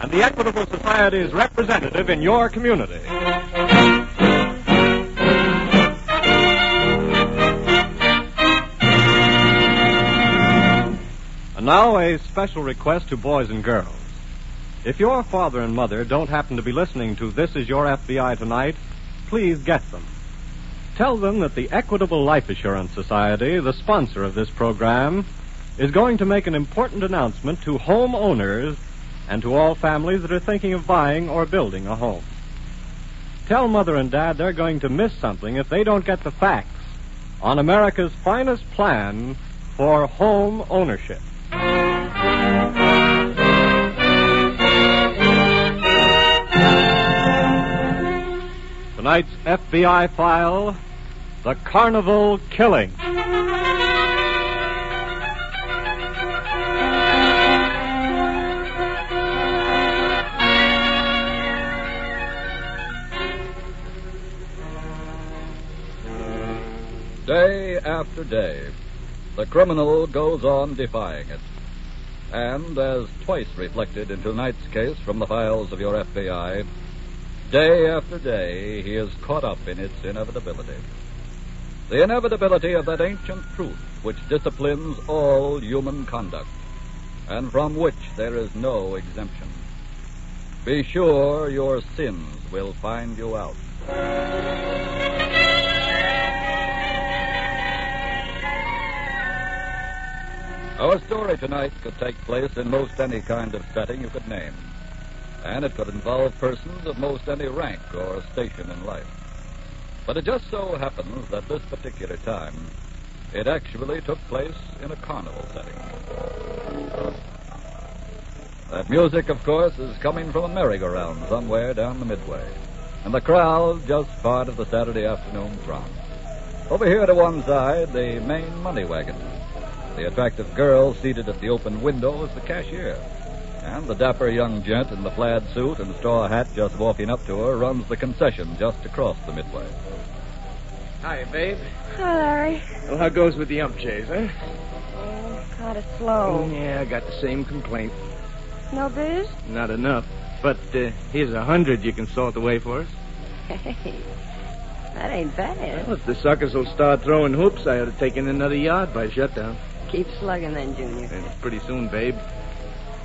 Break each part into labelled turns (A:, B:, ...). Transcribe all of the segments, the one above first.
A: and the Equitable Society's representative in your community. And now, a special request to boys and girls. If your father and mother don't happen to be listening to This Is Your FBI tonight, please get them. Tell them that the Equitable Life Assurance Society, the sponsor of this program, is going to make an important announcement to homeowners and to all families that are thinking of buying or building a home. Tell Mother and Dad they're going to miss something if they don't get the facts on America's finest plan for home ownership. Tonight's FBI file The Carnival Killing.
B: Day after day, the criminal goes on defying it. And as twice reflected in tonight's case from the files of your FBI, day after day he is caught up in its inevitability. The inevitability of that ancient truth which disciplines all human conduct, and from which there is no exemption. Be sure your sins will find you out. Our story tonight could take place in most any kind of setting you could name, and it could involve persons of most any rank or station in life. But it just so happens that this particular time, it actually took place in a carnival setting. That music, of course, is coming from a merry-go-round somewhere down the midway, and the crowd just part of the Saturday afternoon throng. Over here to one side, the main money wagon. The attractive girl seated at the open window is the cashier. And the dapper young gent in the plaid suit and straw hat just walking up to her runs the concession just across the midway.
C: Hi, babe.
D: Hi, Larry.
C: Well, how goes with the ump chase, eh?
D: Oh, kind of slow.
C: Yeah, I got the same complaint.
D: No booze?
C: Not enough. But uh, here's a hundred you can salt away for us.
D: Hey, that ain't bad.
C: Well, if the suckers will start throwing hoops, I ought to take in another yard by shutdown.
D: Keep slugging then, Junior.
C: And pretty soon, babe,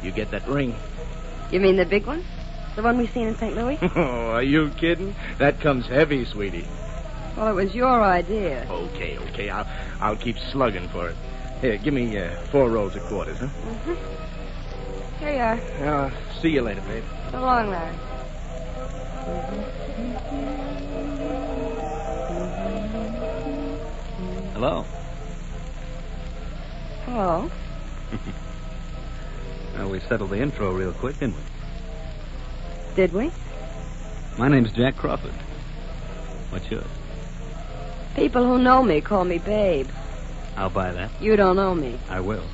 C: you get that ring.
D: You mean the big one? The one we seen in St. Louis?
C: oh, are you kidding? That comes heavy, sweetie.
D: well, it was your idea.
C: Okay, okay, I'll, I'll keep slugging for it. Here, give me uh, four rolls of quarters, huh?
D: Mm-hmm. Here you are.
C: Uh, see you later, babe.
D: So long, Larry. Mm-hmm.
B: Hello.
D: Hello.
B: Well, we settled the intro real quick, didn't we?
D: Did we?
B: My name's Jack Crawford. What's yours?
D: People who know me call me babe.
B: I'll buy that.
D: You don't know me.
B: I will.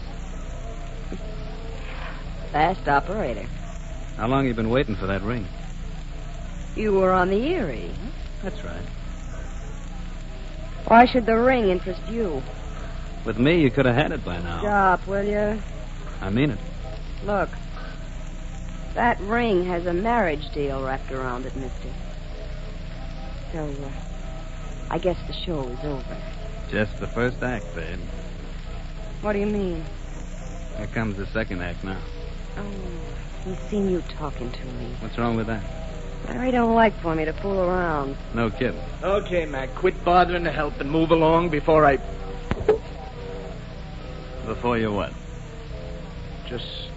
D: Fast operator.
B: How long you been waiting for that ring?
D: You were on the Erie.
B: That's right.
D: Why should the ring interest you?
B: With me, you could have had it by now.
D: Stop, will you?
B: I mean it.
D: Look. That ring has a marriage deal wrapped around it, mister. So, uh, I guess the show is over.
B: Just the first act, babe.
D: What do you mean?
B: Here comes the second act now.
D: Oh, he's seen you talking to me.
B: What's wrong with that?
D: Larry don't like for me to fool around.
B: No kidding.
C: Okay, Mac, quit bothering to help and move along before I
B: Before you what?
C: just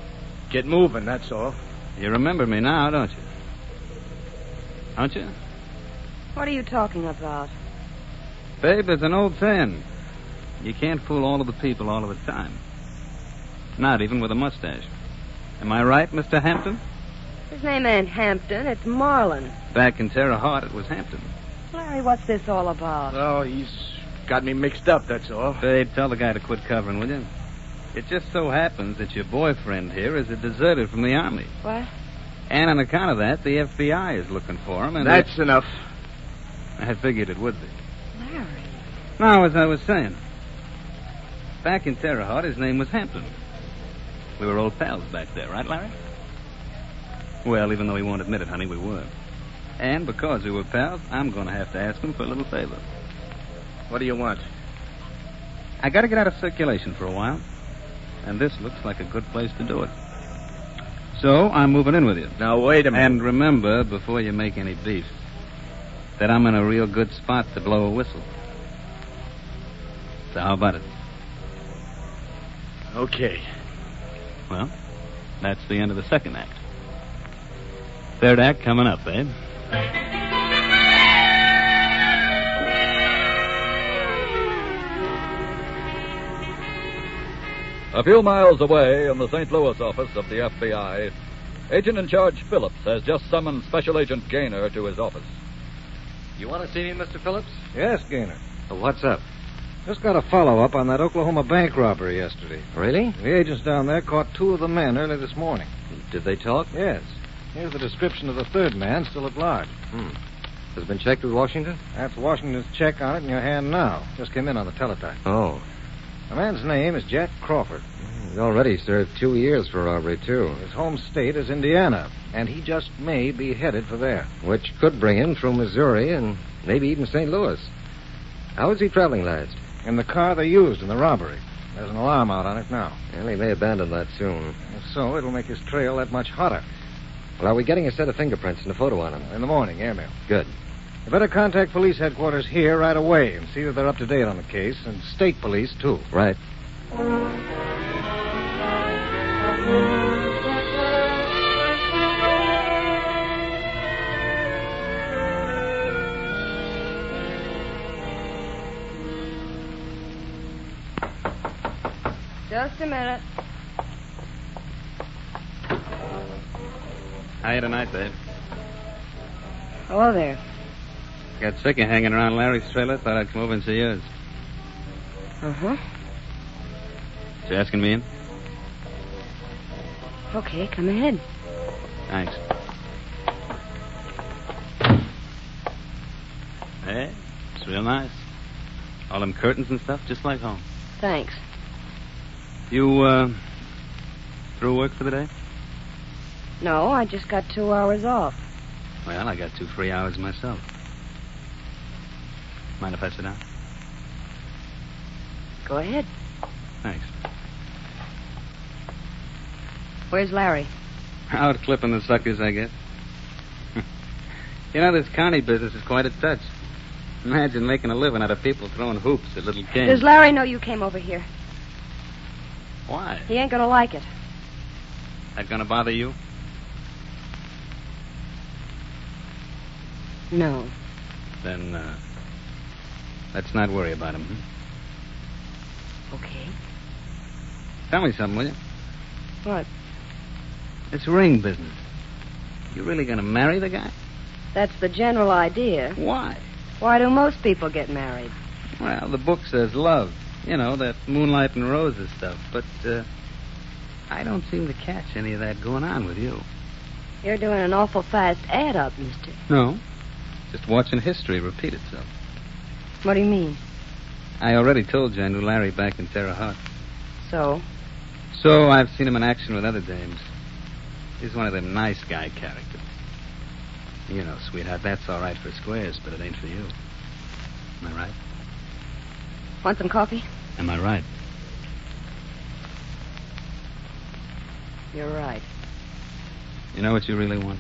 C: get moving, that's all.
B: You remember me now, don't you? Don't you?
D: What are you talking about?
B: Babe, it's an old saying. You can't fool all of the people all of the time. Not even with a mustache. Am I right, Mr. Hampton?
D: His name ain't Hampton, it's Marlin.
E: Back in Terre Haute, it was Hampton.
D: Larry, what's this all about?
E: Oh, he's got me mixed up, that's all.
A: Babe, tell the guy to quit covering, will you? It just so happens that your boyfriend here is a deserter from the Army.
D: What?
A: And on account of that, the FBI is looking for him, and
E: That's enough.
A: I, I figured it would be.
D: Larry.
A: Now, as I was saying, back in Terre Haute, his name was Hampton. We were old pals back there, right, Larry? Well, even though he won't admit it, honey, we were. And because we were pals, I'm going to have to ask him for a little favor.
E: What do you want?
A: I got to get out of circulation for a while, and this looks like a good place to do it. So I'm moving in with you.
E: Now, wait a minute.
A: And remember, before you make any beef, that I'm in a real good spot to blow a whistle. So how about it?
E: Okay.
A: Well, that's the end of the second act. Third act coming up, babe.
B: A few miles away in the St. Louis office of the FBI, agent in charge Phillips has just summoned Special Agent Gaynor to his office.
F: You want to see me, Mr. Phillips?
G: Yes, Gaynor.
F: What's up?
G: Just got a follow up on that Oklahoma bank robbery yesterday.
F: Really?
G: The agents down there caught two of the men early this morning.
F: Did they talk?
G: Yes. Here's the description of the third man still at large.
F: Hmm. Has it been checked with Washington?
G: That's Washington's check on it in your hand now. Just came in on the teletype.
F: Oh.
G: The man's name is Jack Crawford.
F: He's already served two years for robbery, too,
G: His home state is Indiana, and he just may be headed for there.
F: which could bring him through Missouri and maybe even St. Louis. How was he traveling last?
G: In the car they used in the robbery. There's an alarm out on it now.
F: Well, he may abandon that soon.
G: If so, it'll make his trail that much hotter.
F: Well, are we getting a set of fingerprints and a photo on him?
G: In the morning, airmail.
F: Good.
G: You better contact police headquarters here right away and see that they're up to date on the case, and state police, too.
F: Right.
D: Just a minute.
A: Hiya tonight, babe.
D: Hello there.
A: Got sick of hanging around Larry's trailer. Thought I'd come over and see yours.
D: Uh huh.
A: You asking me in?
D: Okay, come ahead.
A: Thanks. Hey, it's real nice. All them curtains and stuff, just like home.
D: Thanks.
A: You, uh, through work for the day?
D: No, I just got two hours off.
A: Well, I got two free hours myself. Mind if I sit down?
D: Go ahead.
A: Thanks.
D: Where's Larry?
A: Out clipping the suckers, I guess. you know, this county business is quite a touch. Imagine making a living out of people throwing hoops at little kids.
D: Does Larry know you came over here?
A: Why?
D: He ain't gonna like it.
A: That gonna bother you?
D: No.
A: Then, uh, let's not worry about him. Hmm?
D: Okay.
A: Tell me something, will you?
D: What?
A: This ring business. You really gonna marry the guy?
D: That's the general idea.
A: Why?
D: Why do most people get married?
A: Well, the book says love. You know, that moonlight and roses stuff. But, uh, I don't seem to catch any of that going on with you.
D: You're doing an awful fast add up, mister.
A: No. Just watching history repeat itself.
D: What do you mean?
A: I already told you I knew Larry back in Terre Haute.
D: So?
A: So I've seen him in action with other dames. He's one of them nice guy characters. You know, sweetheart, that's all right for squares, but it ain't for you. Am I right?
D: Want some coffee?
A: Am I right?
D: You're right.
A: You know what you really want?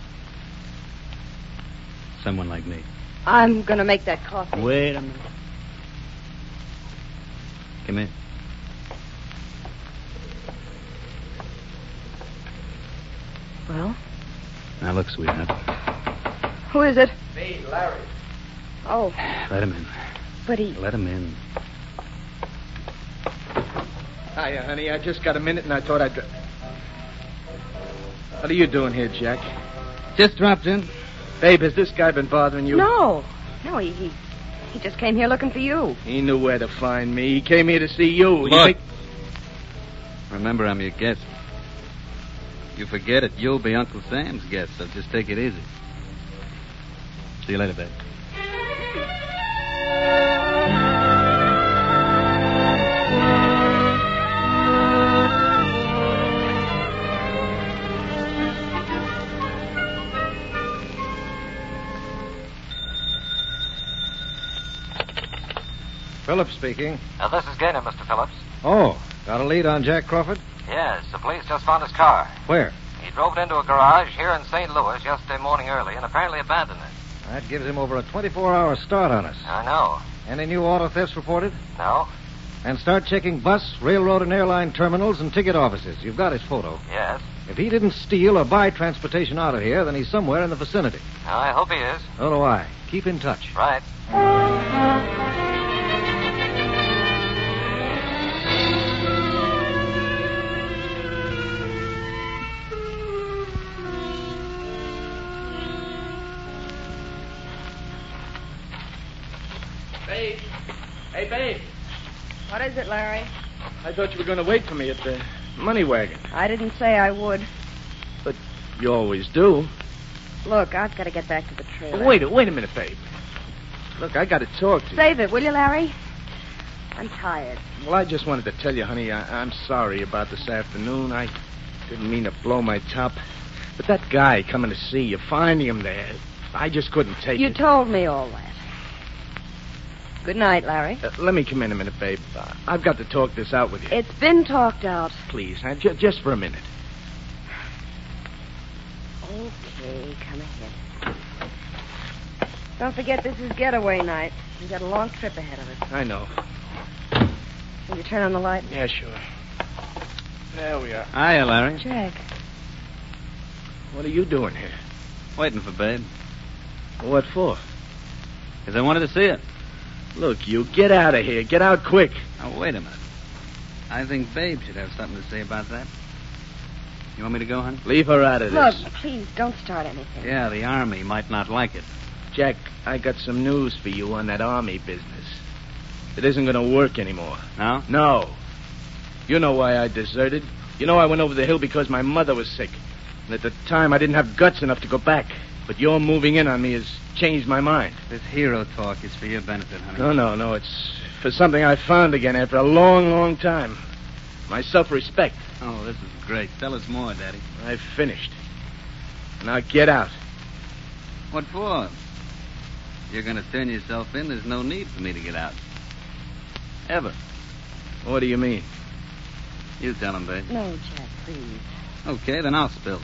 A: Someone like me.
D: I'm gonna make that coffee.
A: Wait a minute. Come in.
D: Well,
A: Now look, sweetheart.
D: who is it? Me, Larry. Oh,
A: Let him in.
D: but he.
A: Let him in.
E: Hiya, honey. I just got a minute and I thought I'd. dr- What are you doing here, Jack?
A: Just dropped in. Babe, has this guy been bothering you?
D: No. No, he, he he just came here looking for you.
A: He knew where to find me. He came here to see you. You
B: Look.
A: think-
B: Remember, I'm your guest. You forget it, you'll be Uncle Sam's guest, so just take it easy. See you later, Dad.
H: Phillips speaking.
I: Uh, this is Gaynor, Mr. Phillips.
H: Oh, got a lead on Jack Crawford?
I: Yes, the police just found his car.
H: Where?
I: He drove it into a garage here in St. Louis yesterday morning early and apparently abandoned it.
H: That gives him over a 24 hour start on us.
I: I know.
H: Any new auto thefts reported?
I: No?
H: And start checking bus, railroad, and airline terminals and ticket offices. You've got his photo.
I: Yes.
H: If he didn't steal or buy transportation out of here, then he's somewhere in the vicinity.
I: I hope he is.
H: So do I. Keep in touch.
I: Right.
A: Babe. Hey, babe.
D: What is it, Larry?
A: I thought you were going to wait for me at the money wagon.
D: I didn't say I would.
A: But you always do.
D: Look, I've got to get back to the trailer.
A: Wait, a wait a minute, babe. Look, I got to talk to you.
D: Save it, will you, Larry? I'm tired.
A: Well, I just wanted to tell you, honey, I, I'm sorry about this afternoon. I didn't mean to blow my top. But that guy coming to see you, finding him there, I just couldn't take
D: you
A: it.
D: told me all that. Good night, Larry.
A: Uh, let me come in a minute, babe. Uh, I've got to talk this out with you.
D: It's been talked out.
A: Please, huh? Ju- just for a minute.
D: Okay, come ahead. Don't forget this is getaway night. We've got a long trip ahead of us.
A: I know.
D: Will you turn on the light?
A: Yeah, sure. There we are.
B: Hiya, Larry.
D: Jack,
A: What are you doing here?
B: Waiting for Babe.
A: What for?
B: Because I wanted to see it.
A: Look, you get out of here. Get out quick.
B: Now, wait a minute. I think Babe should have something to say about that. You want me to go, honey?
A: Leave her out of
D: look,
A: this.
D: please don't start anything.
B: Yeah, the Army might not like it.
A: Jack, I got some news for you on that army business. It isn't going to work anymore.
B: No?
A: No. You know why I deserted. You know I went over the hill because my mother was sick. And at the time, I didn't have guts enough to go back. But your moving in on me has changed my mind.
B: This hero talk is for your benefit, honey.
A: No, no, no. It's for something I found again after a long, long time. My self respect.
B: Oh, this is great. Tell us more, Daddy.
A: I've finished. Now get out.
B: What for? You're going to turn yourself in. There's no need for me to get out. Ever.
A: What do you mean?
B: You tell him, Babe.
D: No, Jack, please.
B: Okay, then I'll spill.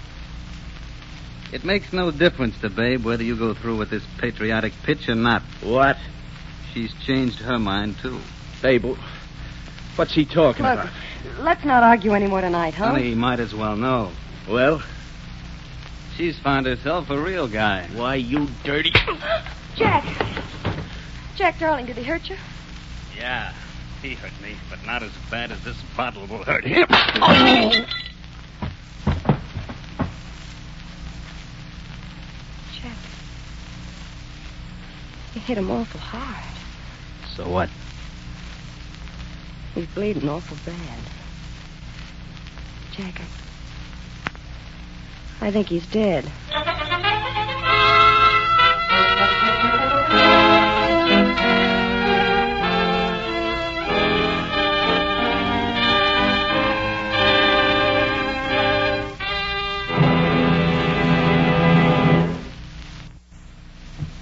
B: It makes no difference to Babe whether you go through with this patriotic pitch or not.
A: What?
B: She's changed her mind, too.
A: Babe, what's he talking
D: Look,
A: about?
D: let's not argue anymore tonight, huh?
B: Honey, you might as well know.
A: Well,
B: She's found herself a real guy.
A: why, you dirty.
D: Jack! Jack, darling, did he hurt you?
B: Yeah, he hurt me, but not as bad as this bottle will hurt him. Oh!
D: Jack. You hit him awful hard.
B: So what?
D: He's bleeding awful bad. Jack, I, I think he's dead.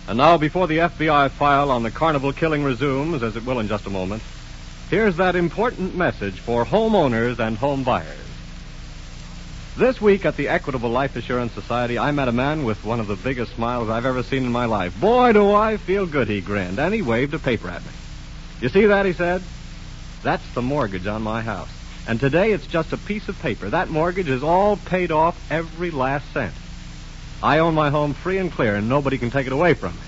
J: And now, before the FBI file on the carnival killing resumes, as it will in just a moment, here's that important message for homeowners and home buyers. This week at the Equitable Life Assurance Society, I met a man with one of the biggest smiles I've ever seen in my life. Boy, do I feel good, he grinned, and he waved a paper at me. You see that, he said? That's the mortgage on my house. And today it's just a piece of paper. That mortgage is all paid off, every last cent. I own my home free and clear, and nobody can take it away from me.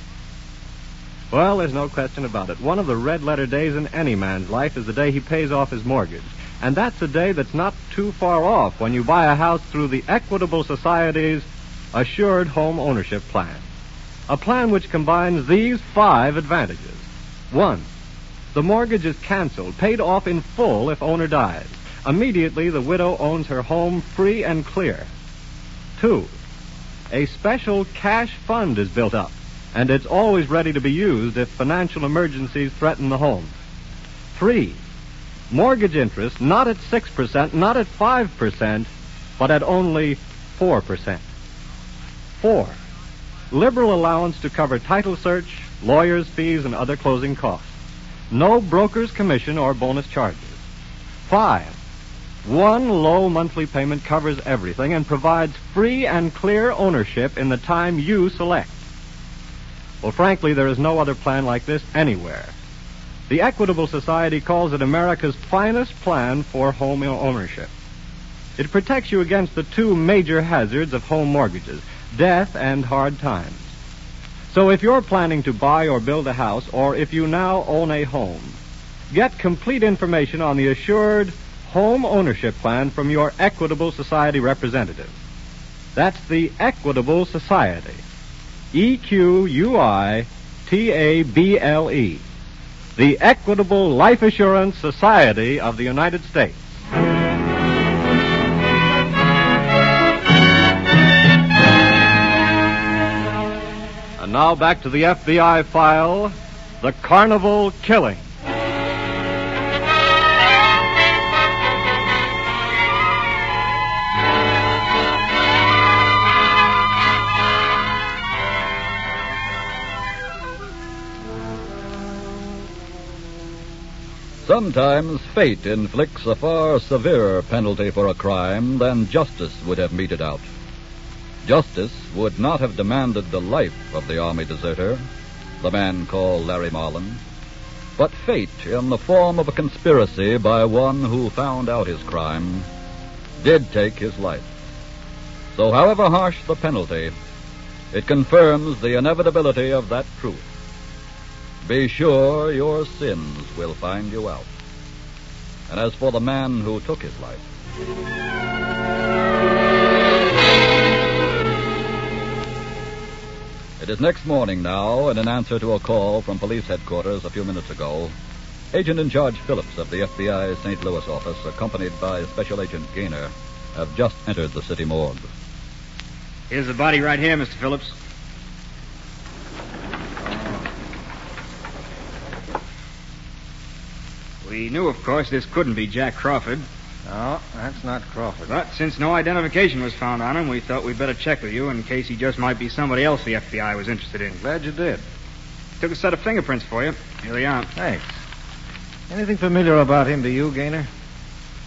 J: Well, there's no question about it. One of the red letter days in any man's life is the day he pays off his mortgage. And that's a day that's not too far off when you buy a house through the Equitable Society's Assured Home Ownership Plan.
A: A plan which combines these five advantages. One, the mortgage is canceled, paid off in full if owner dies. Immediately, the widow owns her home free and clear. Two, a special cash fund is built up, and it's always ready to be used if financial emergencies threaten the home. Three, mortgage interest not at 6%, not at 5%, but at only 4%. Four, liberal allowance to cover title search, lawyer's fees, and other closing costs. No broker's commission or bonus charges. Five, one low monthly payment covers everything and provides free and clear ownership in the time you select. Well, frankly, there is no other plan like this anywhere. The Equitable Society calls it America's finest plan for home ownership. It protects you against the two major hazards of home mortgages death and hard times. So if you're planning to buy or build a house, or if you now own a home, get complete information on the assured home ownership plan from your Equitable Society representative. That's the Equitable Society. E Q U I T A B L E. The Equitable Life Assurance Society of the United States. And now back to the FBI file The Carnival Killing.
B: Sometimes fate inflicts a far severer penalty for a crime than justice would have meted out. Justice would not have demanded the life of the army deserter, the man called Larry Marlin, but fate, in the form of a conspiracy by one who found out his crime, did take his life. So, however harsh the penalty, it confirms the inevitability of that truth. Be sure your sins will find you out. And as for the man who took his life, it is next morning now, and in answer to a call from police headquarters a few minutes ago, Agent in Charge Phillips of the FBI's St. Louis office, accompanied by Special Agent Gaynor, have just entered the city morgue.
K: Here's the body right here, Mr. Phillips. We knew, of course, this couldn't be Jack Crawford.
L: No, that's not Crawford.
K: But since no identification was found on him, we thought we'd better check with you in case he just might be somebody else the FBI was interested in.
L: Glad you did.
K: Took a set of fingerprints for you. Here they are.
L: Thanks. Anything familiar about him to you, Gaynor?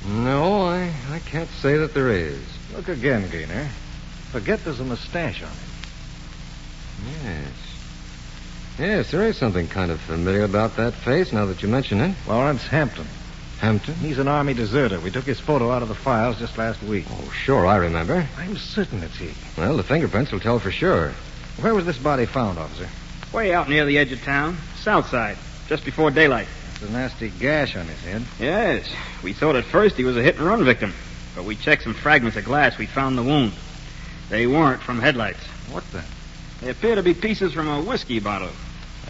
M: No, I, I can't say that there is.
L: Look again, Gaynor. Forget there's a mustache on him.
M: Yes. Yes, there is something kind of familiar about that face now that you mention it.
L: Lawrence Hampton.
M: Hampton?
L: He's an army deserter. We took his photo out of the files just last week.
M: Oh, sure, I remember.
L: I'm certain it's he.
M: Well, the fingerprints will tell for sure.
L: Where was this body found, officer?
K: Way out near the edge of town, south side, just before daylight.
L: It's a nasty gash on his head.
K: Yes. We thought at first he was a hit and run victim, but we checked some fragments of glass. We found the wound. They weren't from headlights.
L: What then?
K: They appear to be pieces from a whiskey bottle.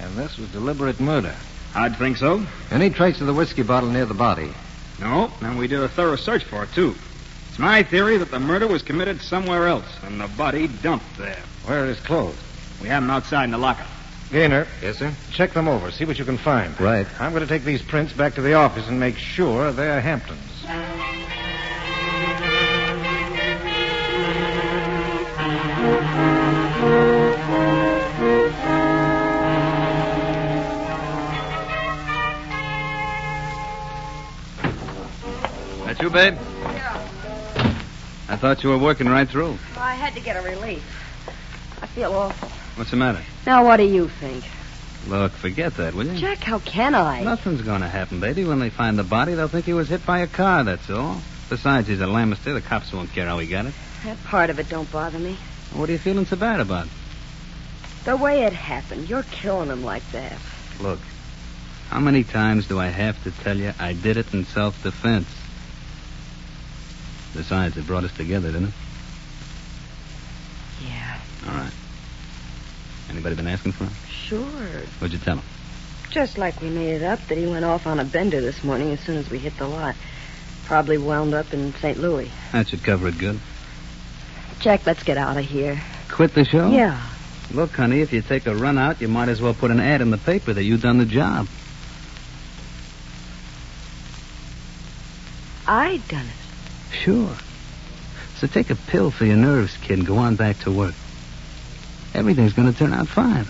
L: And this was deliberate murder.
K: I'd think so.
M: Any trace of the whiskey bottle near the body?
K: No, and we did a thorough search for it, too. It's my theory that the murder was committed somewhere else and the body dumped there.
L: Where are his clothes?
K: We have them outside in the locker.
L: Gaynor.
M: Yes, sir?
L: Check them over. See what you can find.
M: Right.
L: I'm going to take these prints back to the office and make sure they're Hampton's.
N: That you, babe?
D: Yeah.
N: I thought you were working right through.
D: Well, I had to get a relief. I feel awful.
N: What's the matter?
D: Now, what do you think?
N: Look, forget that, will you?
D: Jack, how can I?
N: Nothing's going to happen, baby. When they find the body, they'll think he was hit by a car, that's all. Besides, he's a Lannister. The cops won't care how he got it.
D: That part of it don't bother me.
N: What are you feeling so bad about?
D: The way it happened, you're killing him like that.
N: Look, how many times do I have to tell you I did it in self defense? Besides, it brought us together, didn't it?
D: Yeah.
N: All right. Anybody been asking for him?
D: Sure.
N: What'd you tell him?
D: Just like we made it up that he went off on a bender this morning as soon as we hit the lot. Probably wound up in St. Louis.
N: That should cover it good.
D: Jack, let's get out of here.
N: Quit the show?
D: Yeah.
N: Look, honey, if you take a run out, you might as well put an ad in the paper that you done the job.
D: I done it.
N: Sure. So take a pill for your nerves, kid, and go on back to work. Everything's going to turn out fine.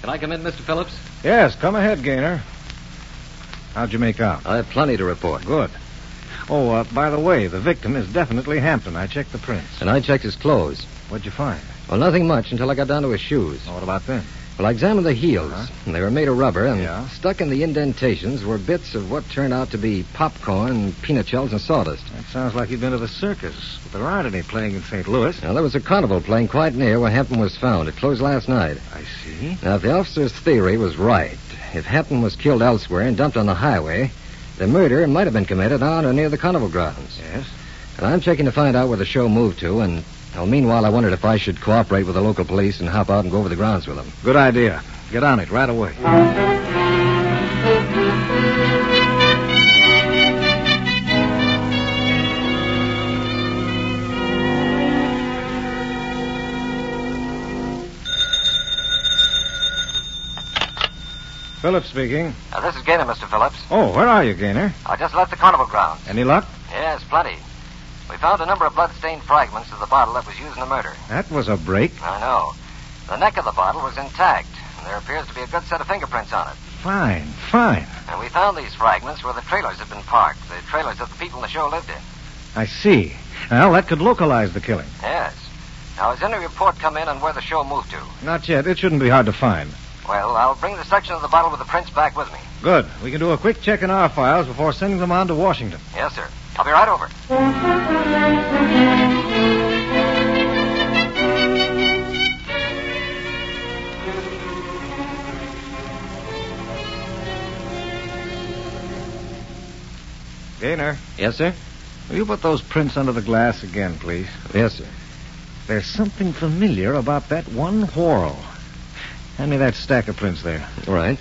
M: Can I come in, Mr. Phillips?
L: Yes, come ahead, Gaynor. How'd you make out?
M: I have plenty to report.
L: Good. Oh, uh, by the way, the victim is definitely Hampton. I checked the prints.
M: And I checked his clothes.
L: What'd you find?
M: Well, nothing much until I got down to his shoes.
L: Well, what about them?
M: Well, I examined the heels.
L: Uh-huh.
M: and They were made of rubber, and
L: Yeah.
M: stuck in the indentations were bits of what turned out to be popcorn, peanut shells, and sawdust.
L: That sounds like you've been to the circus. But there aren't any playing in St. Louis.
M: Now, there was a carnival playing quite near where Hampton was found. It closed last night.
L: I see.
M: Now, if the officer's theory was right, if Hampton was killed elsewhere and dumped on the highway, the murder might have been committed on or near the carnival grounds.
L: Yes.
M: And I'm checking to find out where the show moved to, and well, meanwhile, I wondered if I should cooperate with the local police and hop out and go over the grounds with them.
L: Good idea. Get on it right away. Phillips speaking.
I: Now, this is Gaynor, Mr. Phillips.
L: Oh, where are you, Gaynor?
I: I just left the carnival grounds.
L: Any luck?
I: Yes, plenty. We found a number of blood-stained fragments of the bottle that was used in the murder.
L: That was a break.
I: I know. The neck of the bottle was intact, and there appears to be a good set of fingerprints on it.
L: Fine, fine.
I: And we found these fragments where the trailers had been parked, the trailers that the people in the show lived in.
L: I see. Well, that could localize the killing.
I: Yes. Now, has any report come in on where the show moved to?
L: Not yet. It shouldn't be hard to find.
I: Well, I'll bring the section of the bottle with the prints back with me.
L: Good. We can do a quick check in our files before sending them on to Washington.
I: Yes, sir. I'll be right over.
L: Gaynor,
M: Yes, sir?
L: will you put those prints under the glass again, please?
M: Yes, sir.
L: There's something familiar about that one whorl. Hand me that stack of prints there.
M: All right.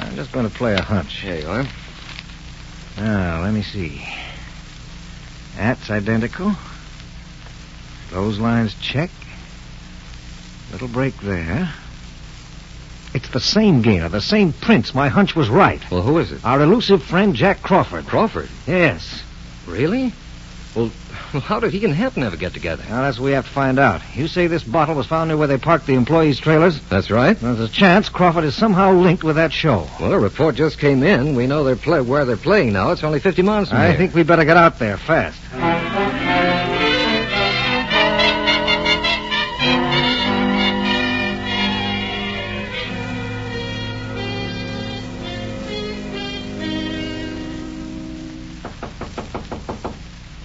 L: I'm just going to play a hunch.
M: Here you are.
L: Now, let me see. That's identical. Those lines check. Little break there. It's the same Gaynor, the same prints. My hunch was right.
M: Well, who is it?
L: Our elusive friend Jack Crawford.
M: Crawford.
L: Yes.
M: Really? Well, how did he and Hampton ever get together?
L: Now that's what we have to find out. You say this bottle was found near where they parked the employees' trailers.
M: That's right.
L: There's a chance Crawford is somehow linked with that show.
M: Well, a report just came in. We know they're play- where they're playing now. It's only 50 miles from
L: I
M: here.
L: think we better get out there fast.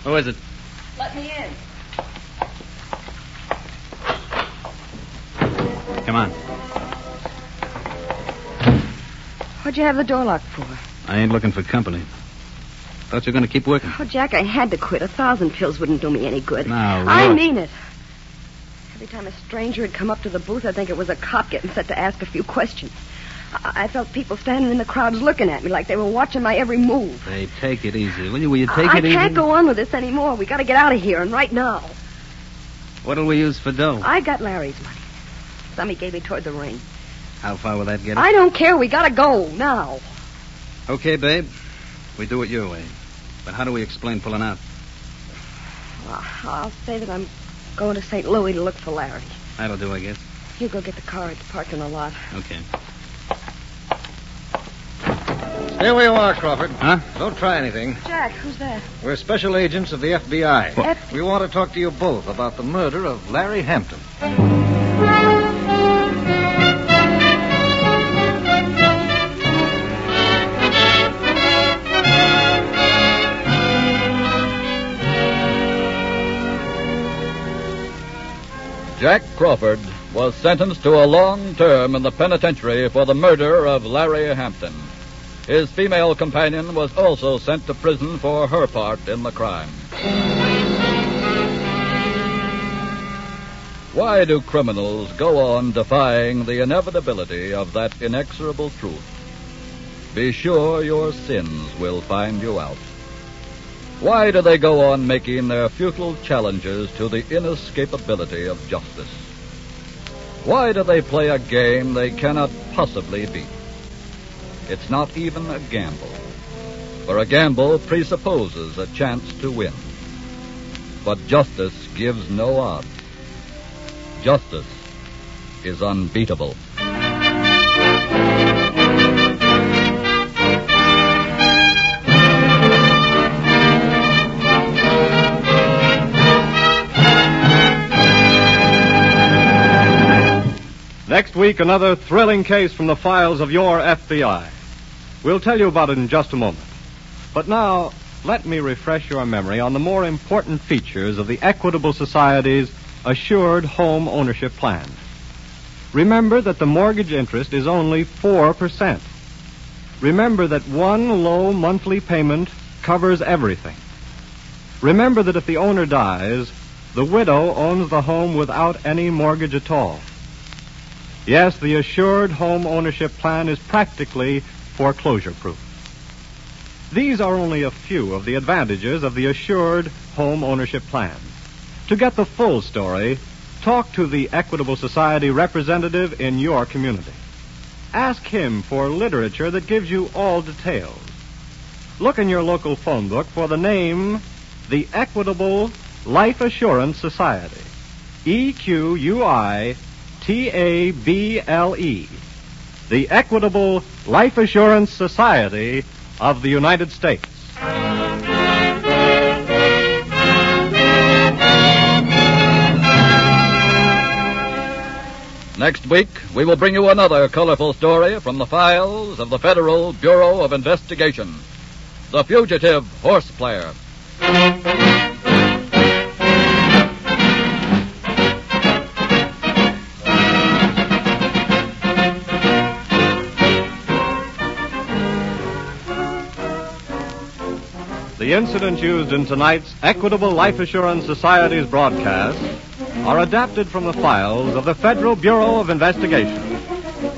N: Who is it?
D: Let me in.
N: Come on.
D: What'd you have the door locked for?
N: I ain't looking for company. Thought you were going to keep working.
D: Oh, Jack, I had to quit. A thousand pills wouldn't do me any good.
N: Now,
D: I
N: look.
D: mean it. Every time a stranger would come up to the booth, I'd think it was a cop getting set to ask a few questions. I, I felt people standing in the crowds looking at me like they were watching my every move.
N: Hey, take it easy, will you? Will you
D: I,
N: take
D: I
N: it easy?
D: can't go on with this anymore. We gotta get out of here, and right now.
N: What'll we use for
A: Oh.
N: dough?
D: I got Larry's money. Some he gave me toward the ring.
N: How far will that get us?
D: I don't care. We gotta go now.
N: Okay, babe. We do it your way. But how do we explain pulling out?
D: Well, Uh, I'll say that I'm going to St. Louis to look for Larry.
N: That'll do, I guess.
D: You go get the car. It's parked in the lot.
N: Okay.
L: Stay where you are, Crawford.
N: Huh?
L: Don't try anything.
D: Jack, who's that?
L: We're special agents of the FBI.
D: What?
L: We want to talk to you both about the murder of Larry Hampton.
B: Jack Crawford was sentenced to a long term in the penitentiary for the murder of Larry Hampton. His female companion was also sent to prison for her part in the crime. Why do criminals go on defying the inevitability of that inexorable truth? Be sure your sins will find you out. Why do they go on making their futile challenges to the inescapability of justice? Why do they play a game they cannot possibly beat? It's not even a gamble, for a gamble presupposes a chance to win. But justice gives no odds. Justice is unbeatable.
A: Next week, another thrilling case from the files of your FBI. We'll tell you about it in just a moment. But now, let me refresh your memory on the more important features of the Equitable Society's Assured Home Ownership Plan. Remember that the mortgage interest is only 4%. Remember that one low monthly payment covers everything. Remember that if the owner dies, the widow owns the home without any mortgage at all. Yes, the assured home ownership plan is practically foreclosure proof. These are only a few of the advantages of the assured home ownership plan. To get the full story, talk to the Equitable Society representative in your community. Ask him for literature that gives you all details. Look in your local phone book for the name The Equitable Life Assurance Society. E Q U I T A B L E, the Equitable Life Assurance Society of the United States.
B: Next week, we will bring you another colorful story from the files of the Federal Bureau of Investigation The Fugitive Horse Player.
A: The incidents used in tonight's Equitable Life Assurance Society's broadcast are adapted from the files of the Federal Bureau of Investigation.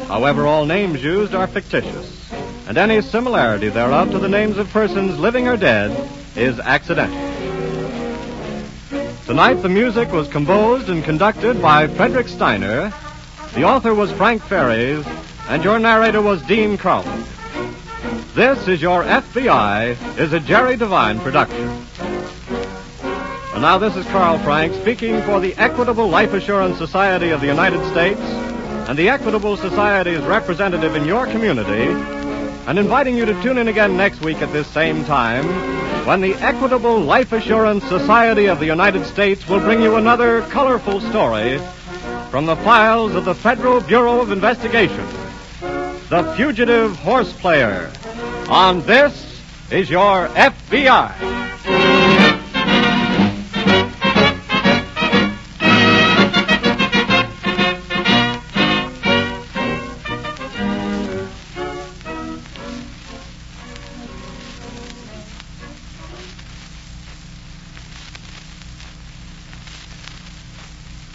A: However, all names used are fictitious, and any similarity thereof to the names of persons living or dead is accidental. Tonight, the music was composed and conducted by Frederick Steiner, the author was Frank Ferries, and your narrator was Dean Crowley. This is Your FBI is a Jerry Devine production. And now this is Carl Frank speaking for the Equitable Life Assurance Society of the United States and the Equitable Society's representative in your community and inviting you to tune in again next week at this same time when the Equitable Life Assurance Society of the United States will bring you another colorful story from the files of the Federal Bureau of Investigation. The Fugitive Horse Player. On this is your FBI.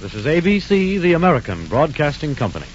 O: This is ABC, the American Broadcasting Company.